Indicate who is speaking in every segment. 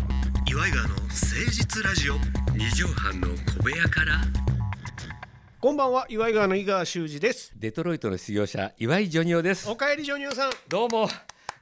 Speaker 1: イガーの誠実ラジオ
Speaker 2: 二畳半の小部屋から
Speaker 3: こんばんは岩井川の井川修司です
Speaker 2: デトロイトの失業者岩井ジョニオです
Speaker 3: おかえりジョニオさん
Speaker 2: どうも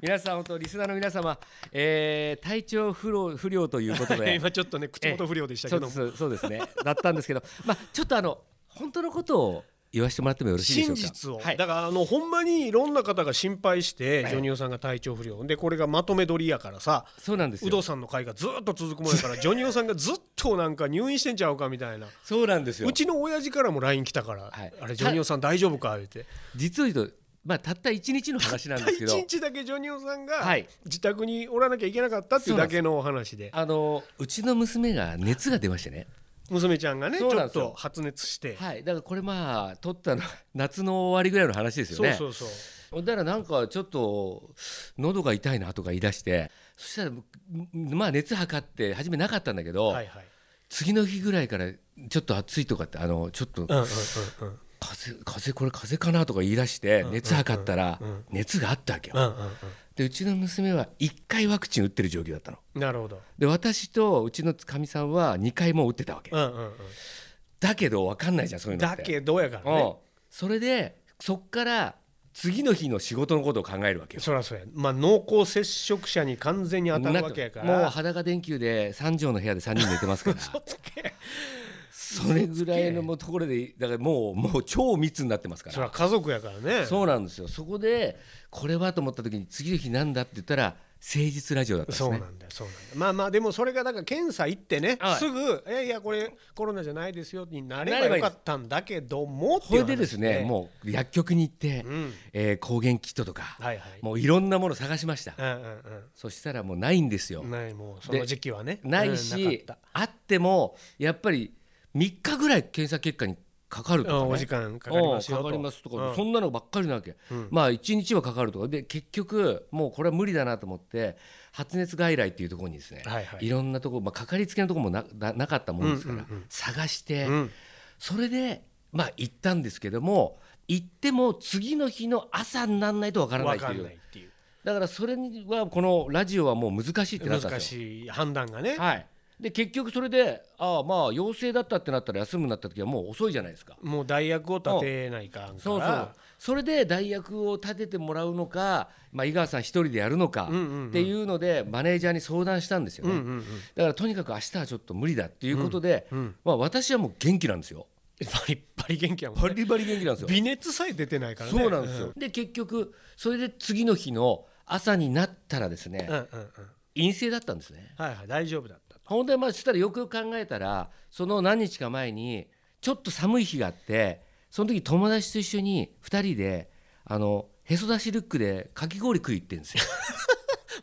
Speaker 2: 皆さん本当リスナーの皆様、えー、体調不良不良ということ で
Speaker 3: 今ちょっとね口元不良でした
Speaker 2: そ
Speaker 3: け
Speaker 2: う
Speaker 3: ど
Speaker 2: で
Speaker 3: も
Speaker 2: すそうですねだったんですけどまあちょっとあの本当のことを言わせてもらってもよろしいでしょ
Speaker 3: 真
Speaker 2: うか
Speaker 3: 実を、
Speaker 2: はい
Speaker 3: だからあのほんまにいろんな方が心配して、ジョニオさんが体調不良でこれがまとめ撮りやからさ
Speaker 2: そうなんです
Speaker 3: 有
Speaker 2: よ
Speaker 3: 働さんの会がずっと続くもん やからジョニオさんがずっとなんか入院してんちゃうかみたいな
Speaker 2: そうなんですよ
Speaker 3: うちの親父からも LINE 来たから、
Speaker 2: はい
Speaker 3: あれジョニオさん大丈夫か言って
Speaker 2: 実を言うとまあたった一日の話なんですけど
Speaker 3: 一日だけジョニオさんが
Speaker 2: はい
Speaker 3: 自宅におらなきゃいけなかったっていうだけのお話で
Speaker 2: あのうちの娘が熱が出ましてね
Speaker 3: 娘ちゃんがねち
Speaker 2: そうなん
Speaker 3: ょっ
Speaker 2: ですよ
Speaker 3: と発熱して、
Speaker 2: はいだからこれまあ撮ったの夏の終わりぐらいの話ですよ
Speaker 3: そう
Speaker 2: ね
Speaker 3: そうそう
Speaker 2: ほんだらなんかちょっと喉が痛いなとか言い出してそしたらまあ熱測って初めなかったんだけど、
Speaker 3: はいはい
Speaker 2: 次の日ぐらいからちょっと暑いとかってあのちょっと
Speaker 3: うんうんうんうん
Speaker 2: 風邪風邪これ風邪かなとか言い出して
Speaker 3: ん
Speaker 2: 熱測ったら
Speaker 3: うんうん
Speaker 2: 熱があったわけよ。
Speaker 3: うんうん
Speaker 2: でうちの娘は1回ワクチン打ってる状況だったの。
Speaker 3: うんなるほど
Speaker 2: で私とうちのかみさんは2回も打ってたわけ
Speaker 3: う。んうん
Speaker 2: だけど分かんないじゃんそう
Speaker 3: う
Speaker 2: い
Speaker 3: ん
Speaker 2: うのっ
Speaker 3: だ
Speaker 2: て。
Speaker 3: けどやから
Speaker 2: うん
Speaker 3: ね
Speaker 2: それでそっから次の日の仕事のことを考えるわけよ。
Speaker 3: そらそうやまあ濃厚接触者に完全に当たるわけやから
Speaker 2: もう裸電球で3畳の部屋で3人寝て ますから
Speaker 3: つけ
Speaker 2: それぐらいのもうところでだからもうもう超密になってますから
Speaker 3: そら家族やからね
Speaker 2: そうなんですよそこでこれはと思った時に次の日なんだって言ったら誠実ラジオだったんです
Speaker 3: そう
Speaker 2: ね
Speaker 3: なんだよそうなんだよまあまあでもそれがだから検査行ってね
Speaker 2: はい
Speaker 3: すぐ「いやいやこれコロナじゃないですよ」になれ
Speaker 2: なれ
Speaker 3: ば
Speaker 2: ばい
Speaker 3: よ
Speaker 2: い
Speaker 3: かったんだけどもって
Speaker 2: これ
Speaker 3: いう話
Speaker 2: でですねもう薬局に行って、
Speaker 3: うん
Speaker 2: えー抗原キットとか、
Speaker 3: はいはい
Speaker 2: もういろんなもの探しました、
Speaker 3: うんうん
Speaker 2: そしたらもうないんですよ
Speaker 3: う、んないもうその時期はね
Speaker 2: ない
Speaker 3: うんな
Speaker 2: し、
Speaker 3: かっ
Speaker 2: あってもやっぱり3日ぐらい検査結果にかかると
Speaker 3: た
Speaker 2: か、ね
Speaker 3: うんお時間かかりますよ
Speaker 2: うん
Speaker 3: と
Speaker 2: かかりますとか、
Speaker 3: うん
Speaker 2: そんなのばっかりなわけ、
Speaker 3: ん
Speaker 2: まあ1日はかかるとかで結局もうこれは無理だなと思って発熱外来っていうところにですね、
Speaker 3: はいはい
Speaker 2: ろんなところ、まあ、かかりつけのところもなななかったもんですから、
Speaker 3: うんうんうん
Speaker 2: 探して、
Speaker 3: うん
Speaker 2: それでまあ行ったんですけども行っても次の日の朝にならないとわからない
Speaker 3: わ
Speaker 2: って
Speaker 3: か
Speaker 2: い
Speaker 3: ん
Speaker 2: う
Speaker 3: ないっていう
Speaker 2: だからそれにはこのラジオはもう難しいってなったん
Speaker 3: 難
Speaker 2: ですよ。
Speaker 3: しい判断がね
Speaker 2: はいで結局それでああまあ陽性だったってなったら休むになった時はもう遅いじゃないですか。
Speaker 3: もう代役を立てないかんから
Speaker 2: そうそうそれで代役を立ててもらうのか、まあ、井川さん一人でやるのか
Speaker 3: うんうんうん
Speaker 2: っていうのでマネージャーに相談したんですよね、
Speaker 3: うんうんうん
Speaker 2: だからとにかく明日はちょっと無理だっていうことで、
Speaker 3: うんうん
Speaker 2: まあ、私はもう元気なんですよ
Speaker 3: バリッバリ元気やもん
Speaker 2: バ
Speaker 3: ね
Speaker 2: リバリ元気なんですよ、
Speaker 3: 微熱さえ出てないから ね
Speaker 2: そうなんですよ、で結局それで次の日の朝になったらですね、
Speaker 3: うんうんうんうん
Speaker 2: 陰性だったんですね
Speaker 3: はいはい大丈夫だった
Speaker 2: ほんでまあそしたらよくよく考えたらその何日か前にちょっと寒い日があってその時友達と一緒に2人であのへそ出しルックでかき氷食い行ってん ですよ。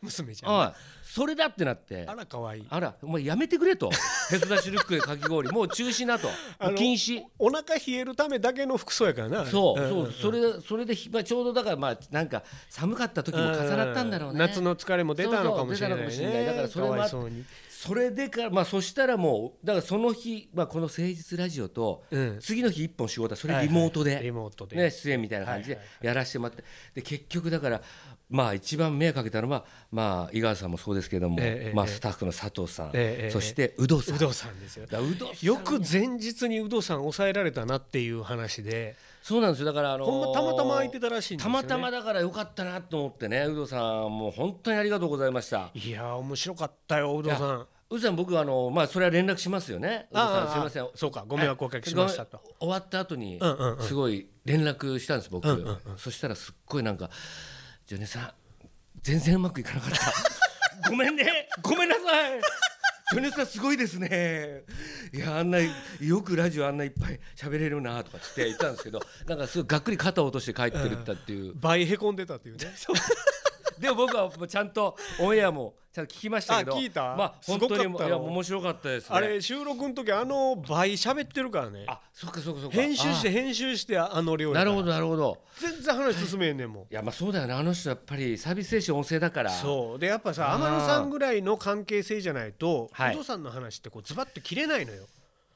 Speaker 3: 娘ちゃんね
Speaker 2: あそれだってなって
Speaker 3: あら可愛い
Speaker 2: あらお前やめてくれとへそ出しルックでかき 氷もう中止なと
Speaker 3: あの
Speaker 2: 禁止。
Speaker 3: お腹冷えるためだけの服装やからな
Speaker 2: そう、
Speaker 3: んんん
Speaker 2: そうそれそれで、まあ、ちょうどだからまあなんか寒かった時も重なったんだろうね
Speaker 3: 夏の疲れも出たのかもしれない
Speaker 2: そうそう出たのかもしれない
Speaker 3: ね
Speaker 2: だからそれもあ
Speaker 3: わいそうに
Speaker 2: それでからまあそしたらもうだからその日、まあ、この誠実ラジオと、
Speaker 3: うん
Speaker 2: 次の日一本仕事はそれリモート
Speaker 3: はいはいリ
Speaker 2: で。
Speaker 3: モートで
Speaker 2: ね、出演みたいな感じでやらせてもらって、で結局だからまあ一番迷惑かけたのは、まあ、井川さんもそうですけども、
Speaker 3: ええ
Speaker 2: まあ、
Speaker 3: ええ
Speaker 2: スタッフの佐藤さん、
Speaker 3: ええええ
Speaker 2: そして有働さん
Speaker 3: 有働さんですよ
Speaker 2: だから有働さん
Speaker 3: よく前日に有働さん抑えられたなっていう話で
Speaker 2: そうなんですよだから、あのー
Speaker 3: ほんまたまたま空いてたらしいんです
Speaker 2: た
Speaker 3: よね
Speaker 2: またまだからよかったなと思ってね有働さんもう本当にありがとうございました
Speaker 3: いやー面白かったよ有働さん
Speaker 2: 有働さん僕あの、まあ、それは連絡しますよね有働さん
Speaker 3: あ
Speaker 2: すい
Speaker 3: あ
Speaker 2: ません
Speaker 3: そうかご迷惑をおかけしましたと
Speaker 2: はい終わった後に
Speaker 3: うんうんうん
Speaker 2: すごい連絡したんです僕、
Speaker 3: うんうん
Speaker 2: そしたらすっごいなんか「ジョネさん全然うまくいかなかった ごめんねごめんなさいジョネさんすごいですねいやあんなよくラジオあんないっぱい喋れるな」とかつって言ったんですけどなんかすごいがっくり肩を落として帰ってるったっていう、
Speaker 3: 倍へこんでたっていうね
Speaker 2: でも僕はもうちゃんとオンエアもちゃんと聞きましたけど
Speaker 3: あ聞いた
Speaker 2: まあ本当に
Speaker 3: すごかった
Speaker 2: い
Speaker 3: の
Speaker 2: や面白かったですね
Speaker 3: あれ収録の時あの倍喋ってるからね
Speaker 2: あそっかそっかそっか
Speaker 3: 編集して
Speaker 2: あ
Speaker 3: 編集してあの量や
Speaker 2: な
Speaker 3: から
Speaker 2: るほどなるほど
Speaker 3: 全然話進めへんねんもん
Speaker 2: いやまあそうだよねあの人やっぱりサービス精神旺盛だから
Speaker 3: そうでやっぱさ
Speaker 2: あー
Speaker 3: 天野さんぐらいの関係性じゃないと
Speaker 2: はい
Speaker 3: 有働さんの話ってこうズバッと切れないのよ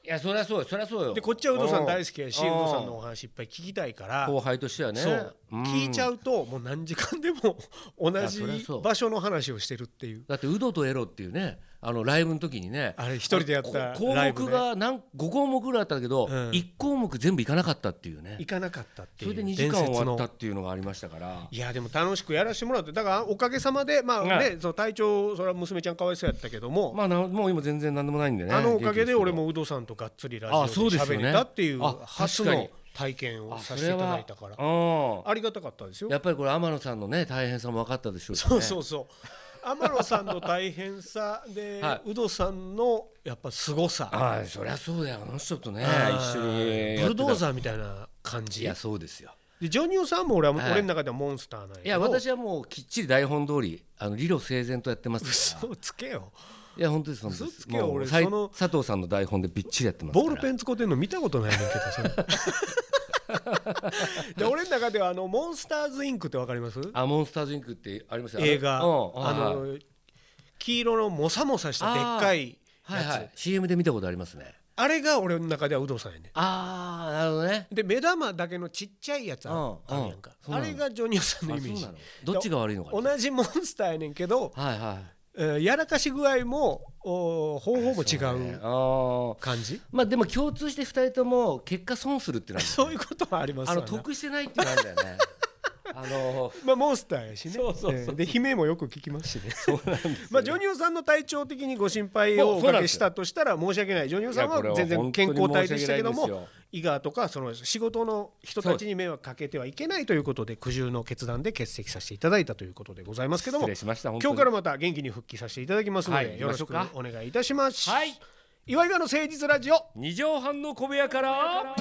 Speaker 2: いやそりゃそうよそりゃそうよ
Speaker 3: でこっちは有働さん大好きやし有
Speaker 2: うん
Speaker 3: 働さんのお話いっぱい聞きたいから
Speaker 2: 後輩としてはね
Speaker 3: そう
Speaker 2: うん
Speaker 3: 聞いちゃうともう何時間でも同
Speaker 2: や
Speaker 3: じ
Speaker 2: そりゃそう
Speaker 3: 場所の話をしてるっていう
Speaker 2: だってウドとエロっていうねああのライブの時にね
Speaker 3: あれ一人でやった
Speaker 2: こ項
Speaker 3: ライブね
Speaker 2: 目が何5項目ぐらいあったけど、
Speaker 3: うん
Speaker 2: 1項目全部いかなかったっていうね
Speaker 3: 行かなかったって
Speaker 2: そ
Speaker 3: いう
Speaker 2: れで2
Speaker 3: 伝
Speaker 2: 時
Speaker 3: 説
Speaker 2: 間終わ
Speaker 3: の
Speaker 2: ったっていうのがありましたから
Speaker 3: いやでも楽しくやらせてもらってだからおかげさまでまあね、
Speaker 2: はい
Speaker 3: その体調それは娘ちゃんかわいそうやったけども、
Speaker 2: まあなもう今全然何でもないんでね
Speaker 3: あのおかげで俺
Speaker 2: 元
Speaker 3: も有働さんとがっつりラ
Speaker 2: あ
Speaker 3: ジ
Speaker 2: そ
Speaker 3: オ
Speaker 2: う
Speaker 3: で
Speaker 2: です
Speaker 3: 喋
Speaker 2: よね
Speaker 3: れたっていう
Speaker 2: あ確かに
Speaker 3: 初の体験を
Speaker 2: 気
Speaker 3: さ
Speaker 2: です
Speaker 3: せ
Speaker 2: け
Speaker 3: てい
Speaker 2: ど
Speaker 3: ただい
Speaker 2: あ
Speaker 3: たか
Speaker 2: それ
Speaker 3: ら
Speaker 2: は
Speaker 3: ありがたかったです
Speaker 2: う
Speaker 3: よ
Speaker 2: んやっぱりこれ天野さんのね大変さも分かったでしょうしね
Speaker 3: そうそうそう天野さんの大変さで
Speaker 2: は
Speaker 3: 有働さんのやっぱ凄さ
Speaker 2: はいそりゃそうだよあの人とね
Speaker 3: あ
Speaker 2: 一緒に
Speaker 3: ブルドー
Speaker 2: ー
Speaker 3: ザーみたいな感じ
Speaker 2: いやそうですよ
Speaker 3: でジョニオさんも俺は
Speaker 2: はい
Speaker 3: 俺の中ではモンスターなんやけど
Speaker 2: いや私はもうきっちり台本通りあの理路整然とやってますから
Speaker 3: 嘘つけよ
Speaker 2: いや本当です本当で
Speaker 3: 嘘
Speaker 2: す
Speaker 3: つけよ
Speaker 2: もう
Speaker 3: 俺
Speaker 2: さい
Speaker 3: その
Speaker 2: 佐藤さんの台本でびっちりやってますから
Speaker 3: ボールペン使ってんの見たことないねんけどそれ で俺の中ではあのモンスターズインクってわかります
Speaker 2: あモンスターズインクってありますよ
Speaker 3: 映画あ
Speaker 2: うんはいはい
Speaker 3: の黄色のモサモサしたでっかいや
Speaker 2: はいは
Speaker 3: つ
Speaker 2: い CM で見たことありますね
Speaker 3: あれが俺の中では有働さんやね
Speaker 2: ああなるほどね
Speaker 3: んで目玉だけのちっちゃいやつあ
Speaker 2: う
Speaker 3: る
Speaker 2: ん
Speaker 3: あるやんか
Speaker 2: うんそう
Speaker 3: あ
Speaker 2: なの
Speaker 3: れがジョニオさんの
Speaker 2: あ
Speaker 3: イメー
Speaker 2: そう
Speaker 3: ジ
Speaker 2: なのどっちが悪いのかな
Speaker 3: 同じモンスターやねんけど
Speaker 2: はいはい
Speaker 3: えーやらかし具合もお方法も違
Speaker 2: ね
Speaker 3: う
Speaker 2: あー
Speaker 3: 感じ
Speaker 2: まあでも共通して二人とも結果損する っていうのは
Speaker 3: そういうことはあります
Speaker 2: あ
Speaker 3: わ
Speaker 2: の
Speaker 3: な
Speaker 2: 得してないっていうのがあるんだよ ねあの
Speaker 3: まあモンスターやしね
Speaker 2: そうそうそう
Speaker 3: えーで悲鳴もよく聞きますしねまあジョニオさんの体調的にご心配をおかけしたとしたら申し訳ないジョニオさん
Speaker 2: いやこれ
Speaker 3: は
Speaker 2: は
Speaker 3: 全然健康体でしたけど
Speaker 2: 本当に申し訳ない
Speaker 3: も
Speaker 2: です
Speaker 3: 伊賀とかその仕事の人たちに迷惑かけてはいけないということで苦渋の決断で欠席させていただいたということでございますけども
Speaker 2: 失礼しました本当
Speaker 3: 今
Speaker 2: に
Speaker 3: 日からまた元気に復帰させていただきますの
Speaker 2: は
Speaker 3: で
Speaker 2: い
Speaker 3: よろし
Speaker 2: 行
Speaker 3: く
Speaker 2: きましょ
Speaker 3: お願いいたします
Speaker 2: はい
Speaker 3: 岩井川の誠実ラジオ
Speaker 2: 二畳半の小部屋から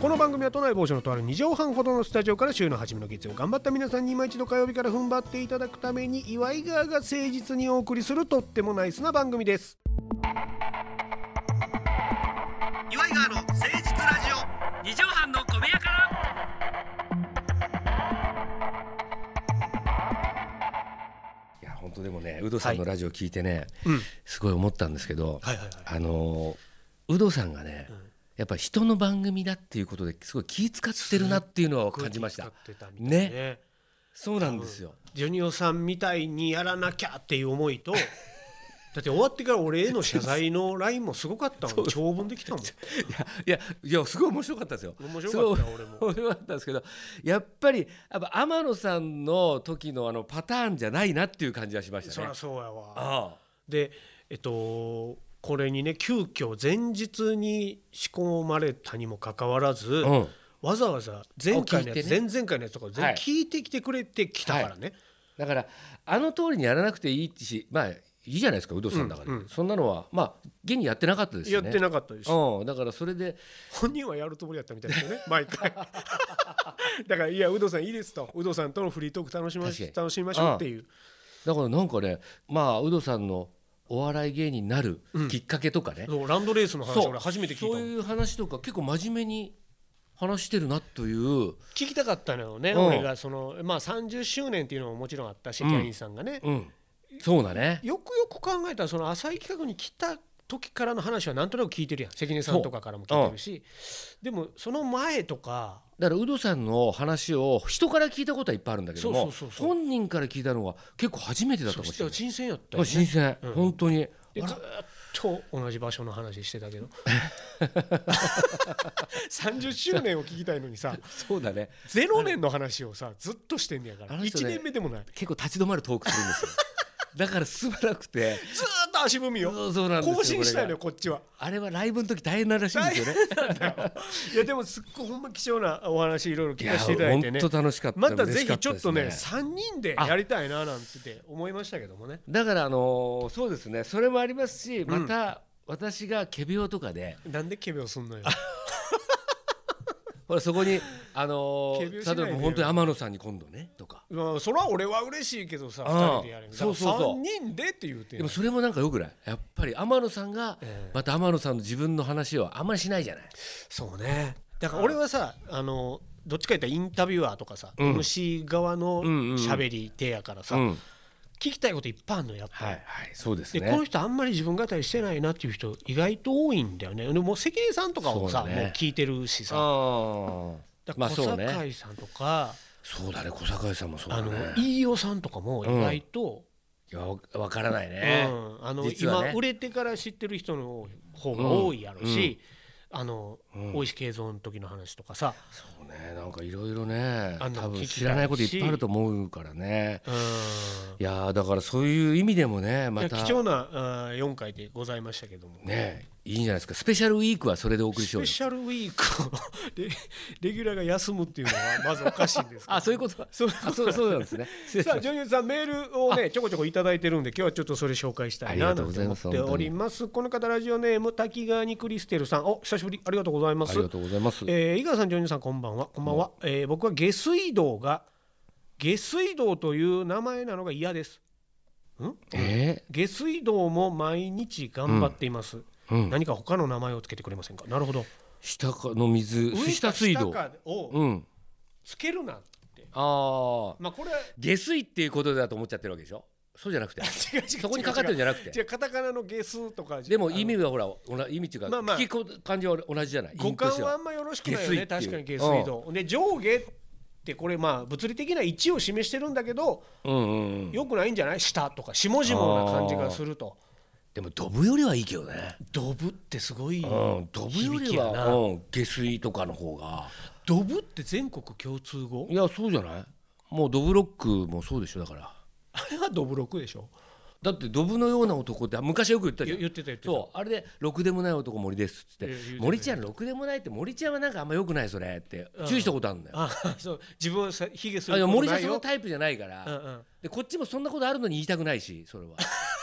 Speaker 3: この番組は都内某所のとある2畳半ほどのスタジオから週の初めの月曜頑張った皆さんに今一度火曜日から踏ん張っていただくために岩井川が誠実にお送りするとってもナイスな番組です
Speaker 1: 岩井川の誠実ラジオ
Speaker 2: 二畳半の小部屋からいや本当でもねウドさんのラジオ聞いてね、
Speaker 3: うん
Speaker 2: すごい思ったんですけど、
Speaker 3: はいはいはい
Speaker 2: あのウドさんがね、やっぱ人の番組だっていうことですごい気使ってるなっていうのは感じました
Speaker 3: ね
Speaker 2: ねそうなんですよ
Speaker 3: ジョニオさんみたいにやらなきゃっていう思い とだって終わってから俺への謝罪のラインもすごかったもん長文できたもん
Speaker 2: いやいやすごい面白かったですよ
Speaker 3: 面白かった俺も
Speaker 2: すごい面白かったんですけどやっぱりやっぱ天野さんの時のあのパターンじゃないなっていう感じはしました
Speaker 3: そ
Speaker 2: ね
Speaker 3: りゃそうやわ
Speaker 2: あ
Speaker 3: でえっとこれにね急遽前日に仕込まれたにもかかわらず、
Speaker 2: あうん
Speaker 3: わざわざ前回のやつ、
Speaker 2: を聞いて
Speaker 3: 前々回のやつとか全部
Speaker 2: はい
Speaker 3: 聞いてきてくれてきたからね、
Speaker 2: だからあの通りにやらなくていいしまあいいじゃないですか有働さんだから、
Speaker 3: うんうん
Speaker 2: そんなのはまあ現にやってなかったです
Speaker 3: や
Speaker 2: よ
Speaker 3: っ
Speaker 2: ね
Speaker 3: てなかったですし、
Speaker 2: うん、だからそれで
Speaker 3: 本人はやるつもりやったみたいですよね 毎回だからいや有働さんいいですと有働さんとのフリートーク楽しまし
Speaker 2: 確かに
Speaker 3: 楽しみましょうっていう
Speaker 2: だからなんかねまあ有働さんのお笑い芸人になるきっかけとかね、
Speaker 3: そうランドレースの話
Speaker 2: そう
Speaker 3: 俺初めて聞いた
Speaker 2: そう
Speaker 3: もん
Speaker 2: いう話とか結構真面目に話してるなという
Speaker 3: 聞きたかったのよね、
Speaker 2: うん
Speaker 3: 俺がそのまあ30周年っていうのももちろんあったし、
Speaker 2: うん
Speaker 3: キャインさんがね、
Speaker 2: うんそうだね
Speaker 3: よくよく考えたらその浅い企画に来た時からの話はなんとなく聞いてるやん関根さんとかからも聞いてるし、でもその前とか
Speaker 2: だからウドさんの話を人から聞いたことはいっぱいあるんだけども
Speaker 3: そうそうそうそう
Speaker 2: 本人から聞いたのは結構初めてだったか
Speaker 3: そ
Speaker 2: も
Speaker 3: し
Speaker 2: しれな
Speaker 3: て
Speaker 2: い。
Speaker 3: 新鮮やったよ、
Speaker 2: あ
Speaker 3: ね、
Speaker 2: 新鮮、
Speaker 3: うん
Speaker 2: 本当に
Speaker 3: でずーっと同じ場所の話してた けど30周年を聞きたいのにさ
Speaker 2: そうだね
Speaker 3: 0年の話をさずっとしてんねやか
Speaker 2: あ
Speaker 3: ら
Speaker 2: の人
Speaker 3: 1
Speaker 2: ね
Speaker 3: 年目でもない
Speaker 2: 結構立ち止まるトークするん ですよだからすまなくて
Speaker 3: ずーっと足踏みを
Speaker 2: そうそうなんですよ
Speaker 3: 更新したいのよ
Speaker 2: こ
Speaker 3: こっちは
Speaker 2: れがあれはライブの時大変ならしいんですよね
Speaker 3: いやでもすっごいほんま貴重なお話いろいろ聞かせていただい
Speaker 2: 本
Speaker 3: てね
Speaker 2: 当楽しかった
Speaker 3: また
Speaker 2: 嬉
Speaker 3: ぜ
Speaker 2: しか
Speaker 3: ひ
Speaker 2: た
Speaker 3: ちょ
Speaker 2: で
Speaker 3: っ
Speaker 2: す
Speaker 3: とね3人でやりたいななんて思いましたけどもね
Speaker 2: だからあのーそうですねそれもありますしまた私が仮病とかで、
Speaker 3: なんでケベをすんのよ
Speaker 2: ほらそこにあの
Speaker 3: 仮病しな
Speaker 2: ー
Speaker 3: いで
Speaker 2: 例えば本当に天野さんに今度ねとか
Speaker 3: まあそれは俺は嬉しいけどさ
Speaker 2: うん
Speaker 3: 2人でやれる
Speaker 2: そうそうそう
Speaker 3: 3人でって言うてん
Speaker 2: で
Speaker 3: の
Speaker 2: もそれもなんかよくないやっぱり天野さんが
Speaker 3: ええ
Speaker 2: また天野さんの自分の話をあんまりしないじゃない、
Speaker 3: そうねだから俺はさあのどっちか言ったらインタビュアーとかさ、
Speaker 2: うん
Speaker 3: MC 側の
Speaker 2: うんうんうん
Speaker 3: 喋り手やからさ、
Speaker 2: うん
Speaker 3: 聞きたいこといっぱいあるのやっぱり、
Speaker 2: はいはいそうです
Speaker 3: で
Speaker 2: ね
Speaker 3: この人あんまり自分語りしてないなっていう人意外と多いんだよねでも関根さんとかをさ
Speaker 2: そうだね
Speaker 3: もう聞いてるしさ
Speaker 2: ああ
Speaker 3: だか
Speaker 2: ま
Speaker 3: ら
Speaker 2: あ
Speaker 3: 小
Speaker 2: そうね
Speaker 3: 堺さんとか、
Speaker 2: そうだね小堺さんもそう
Speaker 3: あ
Speaker 2: だね
Speaker 3: の飯尾さんとかも意外と、
Speaker 2: いやわわからないうね、
Speaker 3: んあの
Speaker 2: 実はね
Speaker 3: 今売れてから知ってる人の方が多いやろし、あの
Speaker 2: うん
Speaker 3: 大石慶三の時の話とかさ、
Speaker 2: そうねなんかいろいろね
Speaker 3: あんな
Speaker 2: 多
Speaker 3: の
Speaker 2: 分
Speaker 3: 聞きたいし
Speaker 2: 知らないこといっぱいあると思うからね
Speaker 3: うん
Speaker 2: いやーだからそういう意味でもね
Speaker 3: い
Speaker 2: ま
Speaker 3: や
Speaker 2: た
Speaker 3: 貴重なあ4回でございましたけども。
Speaker 2: ねいいんじゃないですかスペシャルウィークはそれでお送りし
Speaker 3: ス
Speaker 2: よう
Speaker 3: ペ
Speaker 2: よ
Speaker 3: シャルウィークを レレギュラーが休むっていうのはまずおかしいんですけ ど
Speaker 2: あそういうこと
Speaker 3: そう
Speaker 2: あそうそうなんです ね失礼し
Speaker 3: さあ
Speaker 2: まし
Speaker 3: ジョニオさんメールをねちょこちょこいただいてるんで今日はちょっとそれ紹介したいな
Speaker 2: ありが
Speaker 3: と
Speaker 2: とう
Speaker 3: 思
Speaker 2: ご
Speaker 3: って
Speaker 2: ざいます
Speaker 3: おりますこの方ラジオネーム滝川にクリステルさんお久しぶりありがとうございま
Speaker 2: たあ
Speaker 3: す
Speaker 2: りがとうございます
Speaker 3: えー井川さんジョニオさんこんばんはこんばんは、えー僕は下水道が下水道という名前なのが嫌です
Speaker 2: え
Speaker 3: 下水道も毎日頑張っています、
Speaker 2: ーうん
Speaker 3: 何か他の名前をつけてくれませんかなるほど
Speaker 2: 下かの水下水
Speaker 3: 上
Speaker 2: 道
Speaker 3: か下かを
Speaker 2: うん
Speaker 3: つけるなって、
Speaker 2: ああ
Speaker 3: まあこれ
Speaker 2: 下水っていうことだと思っちゃってるわけでしょそうじゃなくて
Speaker 3: 違う違う
Speaker 2: そこにかかってるんじゃなく
Speaker 3: 違
Speaker 2: て
Speaker 3: うカタカナの下水とかじゃ
Speaker 2: でも意味はほらおな意味っていうか
Speaker 3: まあまあ
Speaker 2: 聞きこ感じは同じじゃない
Speaker 3: 五
Speaker 2: 意味とし
Speaker 3: 感
Speaker 2: て
Speaker 3: はあんまよろしくないよね
Speaker 2: 下水
Speaker 3: 確
Speaker 2: って
Speaker 3: か
Speaker 2: い
Speaker 3: に
Speaker 2: う
Speaker 3: 下水道で上下ってこれまあ物理的な位置を示してるんだけど
Speaker 2: うんうんうん
Speaker 3: よくないんじゃない下とか下々な感じがすると
Speaker 2: でもドブよりはいいけどね
Speaker 3: ドブってすごい
Speaker 2: うんドブよ
Speaker 3: 響き
Speaker 2: り
Speaker 3: や
Speaker 2: は
Speaker 3: な
Speaker 2: うん下水とかの方が
Speaker 3: ドブって全国共通語
Speaker 2: いやそうじゃないもうドブロックもそうでしょだから
Speaker 3: あれはドブ6でしょ
Speaker 2: だってドブのような男って昔よく言ったじゃん
Speaker 3: 言言ってた言ってた
Speaker 2: そうあれで「ろくでもない男森です」っつっ
Speaker 3: い
Speaker 2: て
Speaker 3: や言う
Speaker 2: 「
Speaker 3: てた
Speaker 2: 森ちゃんろくでもない」って森ちゃんはなんかあんまよくないそれって注意したことあるんだよ。
Speaker 3: あ そう自分はさヒゲす
Speaker 2: あいや
Speaker 3: ること
Speaker 2: 森ち
Speaker 3: な
Speaker 2: ゃん
Speaker 3: い
Speaker 2: その
Speaker 3: よ
Speaker 2: タイプじゃないか
Speaker 3: うん
Speaker 2: ら
Speaker 3: うん
Speaker 2: でこっちもそんなことあるのに言いたくないしそれは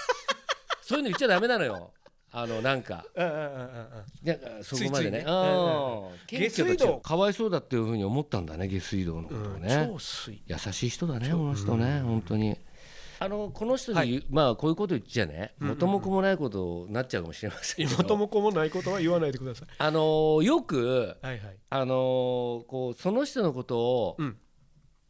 Speaker 2: そういうの言っちゃダメなのよあのなんか
Speaker 3: うんうんうんうんうん
Speaker 2: なんかそこまで
Speaker 3: ついつい
Speaker 2: ね
Speaker 3: ね
Speaker 2: うん謙虚だ
Speaker 3: 下水
Speaker 2: し
Speaker 3: 道
Speaker 2: かわいそうだっていうふうに思ったんだね下水道のことをね
Speaker 3: 超水
Speaker 2: 優し い人だねこの人ね本当に。あのこの人に言う、まあこういうこと言っちゃね元も子もないことになっちゃうかもしれませんけど
Speaker 3: 元も子もないことは言わないでください
Speaker 2: あのーよく、
Speaker 3: はいはい
Speaker 2: あのーこうその人のことを、
Speaker 3: うん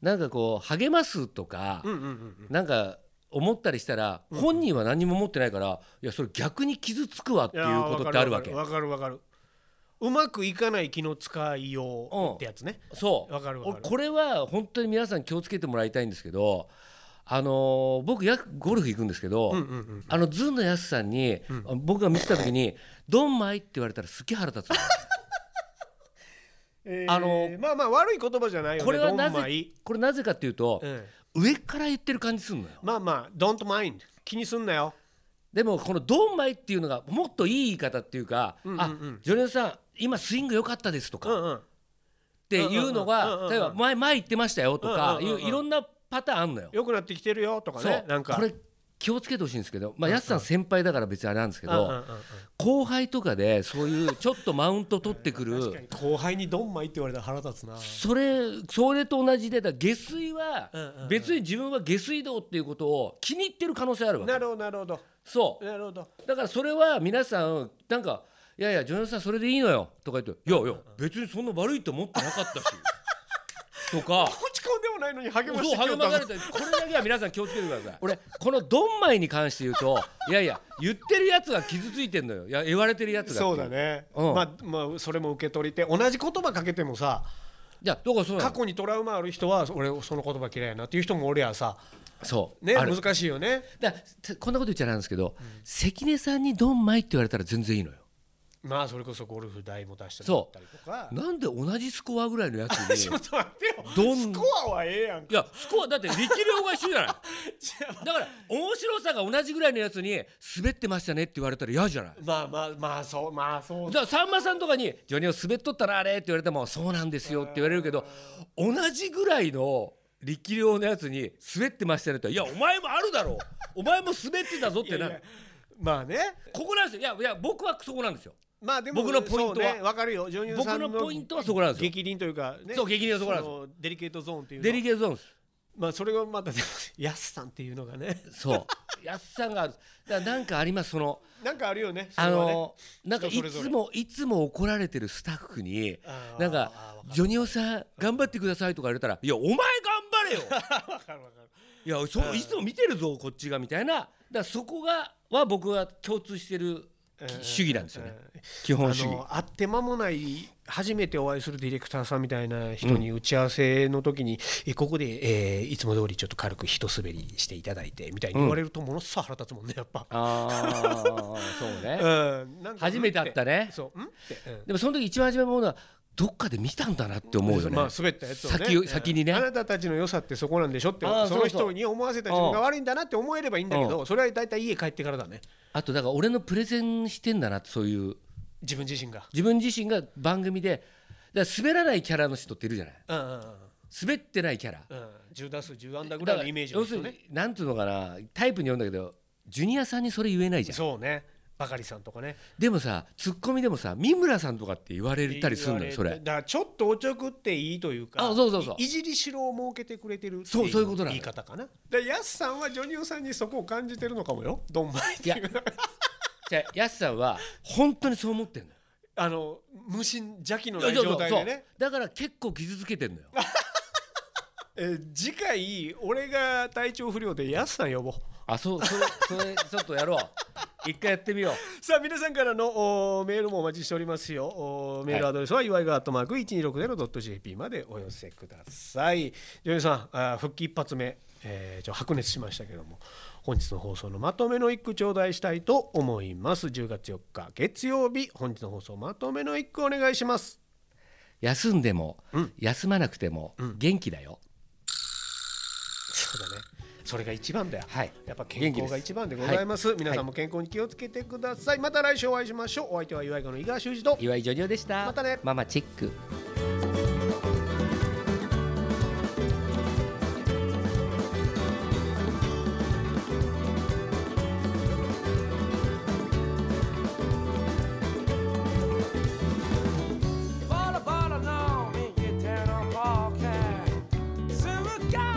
Speaker 2: なんかこう励ますとか、
Speaker 3: うんうんうんうん
Speaker 2: なんか思ったりしたら、本人は何も持ってないからいやそれ逆に傷つくわっていうことってあるわけ
Speaker 3: いやーわかるわかるわかるうまくいかない気の使いようってやつね、
Speaker 2: そう
Speaker 3: わかるわか
Speaker 2: 俺
Speaker 3: る
Speaker 2: これは本当に皆さん気をつけてもらいたいんですけど、あのー僕やゴルフ行くんですけど、
Speaker 3: うんうん
Speaker 2: あのズンのやすさんに、僕が見てた時に「ドンマイ」って言われたらすっげえ腹立つの
Speaker 3: えー
Speaker 2: あの
Speaker 3: まあまあ悪い言葉じゃないよね
Speaker 2: これはな
Speaker 3: ドンマ
Speaker 2: ぜ
Speaker 3: イ
Speaker 2: これなぜかっていう と、
Speaker 3: うん、
Speaker 2: 上から言ってる感じすんのよ。
Speaker 3: まあまあ don't mind 気にすんなよ
Speaker 2: でもこの「ドンマイ」っていうのがもっといい言い方っていうか「
Speaker 3: うんうんう
Speaker 2: あ
Speaker 3: ん
Speaker 2: ジョニオさん今スイング良かったです」と
Speaker 3: うん
Speaker 2: かっ
Speaker 3: うん
Speaker 2: ていうの
Speaker 3: うんうんうんうんう
Speaker 2: が
Speaker 3: ん
Speaker 2: 例えば「前前言ってましたよ」とか
Speaker 3: うん
Speaker 2: い
Speaker 3: うんうんうん
Speaker 2: ういろんなパターンあんのよ。
Speaker 3: 良くなってきてるよとか
Speaker 2: そ
Speaker 3: ね
Speaker 2: う
Speaker 3: なんか
Speaker 2: これ気をつけてほしいんですけどまあやすさん先輩だから別にあれなんですけ
Speaker 3: うんうんうん
Speaker 2: ど後輩とかでそういうちょっとマウント取ってく
Speaker 3: うん、確かに
Speaker 2: る
Speaker 3: 後輩にドンマイって言われたら腹立つな
Speaker 2: それそれと同じでだから下水は
Speaker 3: うんうんうん
Speaker 2: 別に自分は下水道っていうことを気に入ってる可能性あるわ
Speaker 3: な
Speaker 2: け
Speaker 3: るほどなるほど
Speaker 2: そう
Speaker 3: なるほど
Speaker 2: だからそれは皆さんなんか「いやいやジョニオさんそれでいいのよ」とか言って「いやいや別にそんな悪いと思ってなか ったし」とか。
Speaker 3: 落ち込んでもないのに励ま
Speaker 2: そ
Speaker 3: し
Speaker 2: う
Speaker 3: てく
Speaker 2: 励
Speaker 3: れ
Speaker 2: ま
Speaker 3: た
Speaker 2: されたこれだけは皆さん気をつけてください俺このドンマイに関して言うといやいや言ってるやつが傷ついてんのよいや言われてるやつがってい
Speaker 3: そうだね、
Speaker 2: うん
Speaker 3: まあまあそれも受け取りて同じ言葉かけてもさ
Speaker 2: じゃあどこそうな
Speaker 3: 過
Speaker 2: の
Speaker 3: 去にトラウマある人は俺その言葉嫌いやなっていう人もおりゃさ
Speaker 2: そう
Speaker 3: ね
Speaker 2: ある
Speaker 3: 難しいよね
Speaker 2: だからこんなこと言っちゃなんですけど、関根さんにドンマイって言われたら全然いいのよ
Speaker 3: まあそれこそゴルフ代も出して
Speaker 2: そ
Speaker 3: もらったりとか
Speaker 2: なんで同じスコアぐらいのやつ
Speaker 3: ち
Speaker 2: に
Speaker 3: ょっ と待って
Speaker 2: ど
Speaker 3: よ
Speaker 2: ん
Speaker 3: スコアはええやんか
Speaker 2: いやスコアだって力量が一緒じゃないだから面白さが同じぐらいのやつに滑ってましたねって言われたら嫌じゃない
Speaker 3: まあまあまあそうまあそう
Speaker 2: だからさんまさんとかに「ジョニオ滑っとったなあれ」って言われても「そうなんですよ」って言われるけど同じぐらいの力量のやつに滑ってましたねって言ったら「いやお前もあるだろうお前も滑ってたぞ」っ
Speaker 3: いや
Speaker 2: て
Speaker 3: い
Speaker 2: な
Speaker 3: やまあね
Speaker 2: ここなんですよいやいや僕はそこなんですよ
Speaker 3: まあでも
Speaker 2: 僕のポイントは
Speaker 3: そうねわかるよ女優さんの
Speaker 2: 僕のポイントはそこなんですよ
Speaker 3: 激凛というかね
Speaker 2: そう激鱗はそこなんです
Speaker 3: のデリケートゾーンっていうの
Speaker 2: デリケートゾーンです
Speaker 3: まあそれがま たでもヤスさんっていうのがね
Speaker 2: そうやっさんがあるだからなんかありますその
Speaker 3: なんかあるよねそれ
Speaker 2: あ
Speaker 3: はね
Speaker 2: のなんかい
Speaker 3: 人それぞ
Speaker 2: つ
Speaker 3: れ
Speaker 2: もいつも怒られてるスタッフに
Speaker 3: あー
Speaker 2: なんか
Speaker 3: あーわかる
Speaker 2: 「ジョニオさん頑張ってください」とか言われたら「いやお前頑張れよ
Speaker 3: わかるわかる
Speaker 2: いやそういつも見てるぞこっちがみたいなだからそこがは僕は共通してる主義なんですよね、基
Speaker 3: あ
Speaker 2: 本主義
Speaker 3: の会って間もない初めてお会いするディレクターさんみたいな人に打ち合わせの時に、えここで、えーいつも通りちょっと軽く一滑りしていただいてみたいに言われるとものすごい腹立つもんねやっぱ、
Speaker 2: ああそう
Speaker 3: う
Speaker 2: ね
Speaker 3: ん、なんか
Speaker 2: 初めて会ったね
Speaker 3: そううんって、うん
Speaker 2: でもその時一番初めに思うのはどっかで見たんだなって思うよね、
Speaker 3: まあ、滑ったやつを、ね、
Speaker 2: 先を先にね
Speaker 3: あなたたちの良さってそこなんでしょって
Speaker 2: あー
Speaker 3: その
Speaker 2: そうそ
Speaker 3: 人
Speaker 2: う
Speaker 3: に思わせた自分が悪いんだなって思えればいいんだけどそれは大体家帰ってからだね
Speaker 2: あとだから俺のプレゼンしてんだなってそういう
Speaker 3: 自分自身が。
Speaker 2: 自分自身が番組でだから滑らないキャラの人っているじゃない
Speaker 3: うんうんうん
Speaker 2: 滑ってないキャラ
Speaker 3: うん、10打数10安打ぐ
Speaker 2: だ
Speaker 3: ら
Speaker 2: か
Speaker 3: いの
Speaker 2: ら
Speaker 3: イメージの
Speaker 2: 要す
Speaker 3: 人
Speaker 2: る
Speaker 3: ね
Speaker 2: になんていうのかなタイプによるんだけどジュニアさんにそれ言えないじゃん
Speaker 3: そうねバカリさんとかね
Speaker 2: でもさツッコミでもさ三村さんとかって言われたりするのよそ
Speaker 3: だ
Speaker 2: れ
Speaker 3: からちょっとおちょくっていいというか
Speaker 2: あそうそうそう
Speaker 3: いいじりしろを設けてくれてるって
Speaker 2: そうそういうことなの
Speaker 3: 言い方かなでヤスさんはジョニオさんにそこを感じてるのかもよドンマイっていう
Speaker 2: じゃあやすさんは本当にそう思ってんのよ
Speaker 3: あの無心邪気の
Speaker 2: そ
Speaker 3: な
Speaker 2: う
Speaker 3: い
Speaker 2: そう
Speaker 3: 状態
Speaker 2: そ
Speaker 3: で
Speaker 2: う
Speaker 3: ね
Speaker 2: だから結構傷つけてんのよ
Speaker 3: えー次回俺が体調不良でヤスさん呼ぼう
Speaker 2: あそうそれそれちょっとやろう一回やってみよう
Speaker 3: さあ皆さんからのおーメールもお待ちしておりますよおーメールアドレスは、いわいがアットマーク 1260.jp までお寄せくださいジョニーさんあー復帰一発目、えー、ちょ白熱しましたけども本日の放送のまとめの一句頂戴したいと思います10月4日月曜日本日の放送まとめの一句お願いします
Speaker 2: 休んでも、
Speaker 3: うん
Speaker 2: 休まなくても、元気だよ
Speaker 3: そうだねそれが一番だよ
Speaker 2: はい
Speaker 3: やっぱ健康が一番でございます皆さんも健康に気をつけてください、また来週お会いしましょうお相手はいわいがの井川修司と
Speaker 2: 岩井ジョニオでした
Speaker 3: またね
Speaker 2: ママチェック
Speaker 4: ボロボロ飲み切っての冒険するか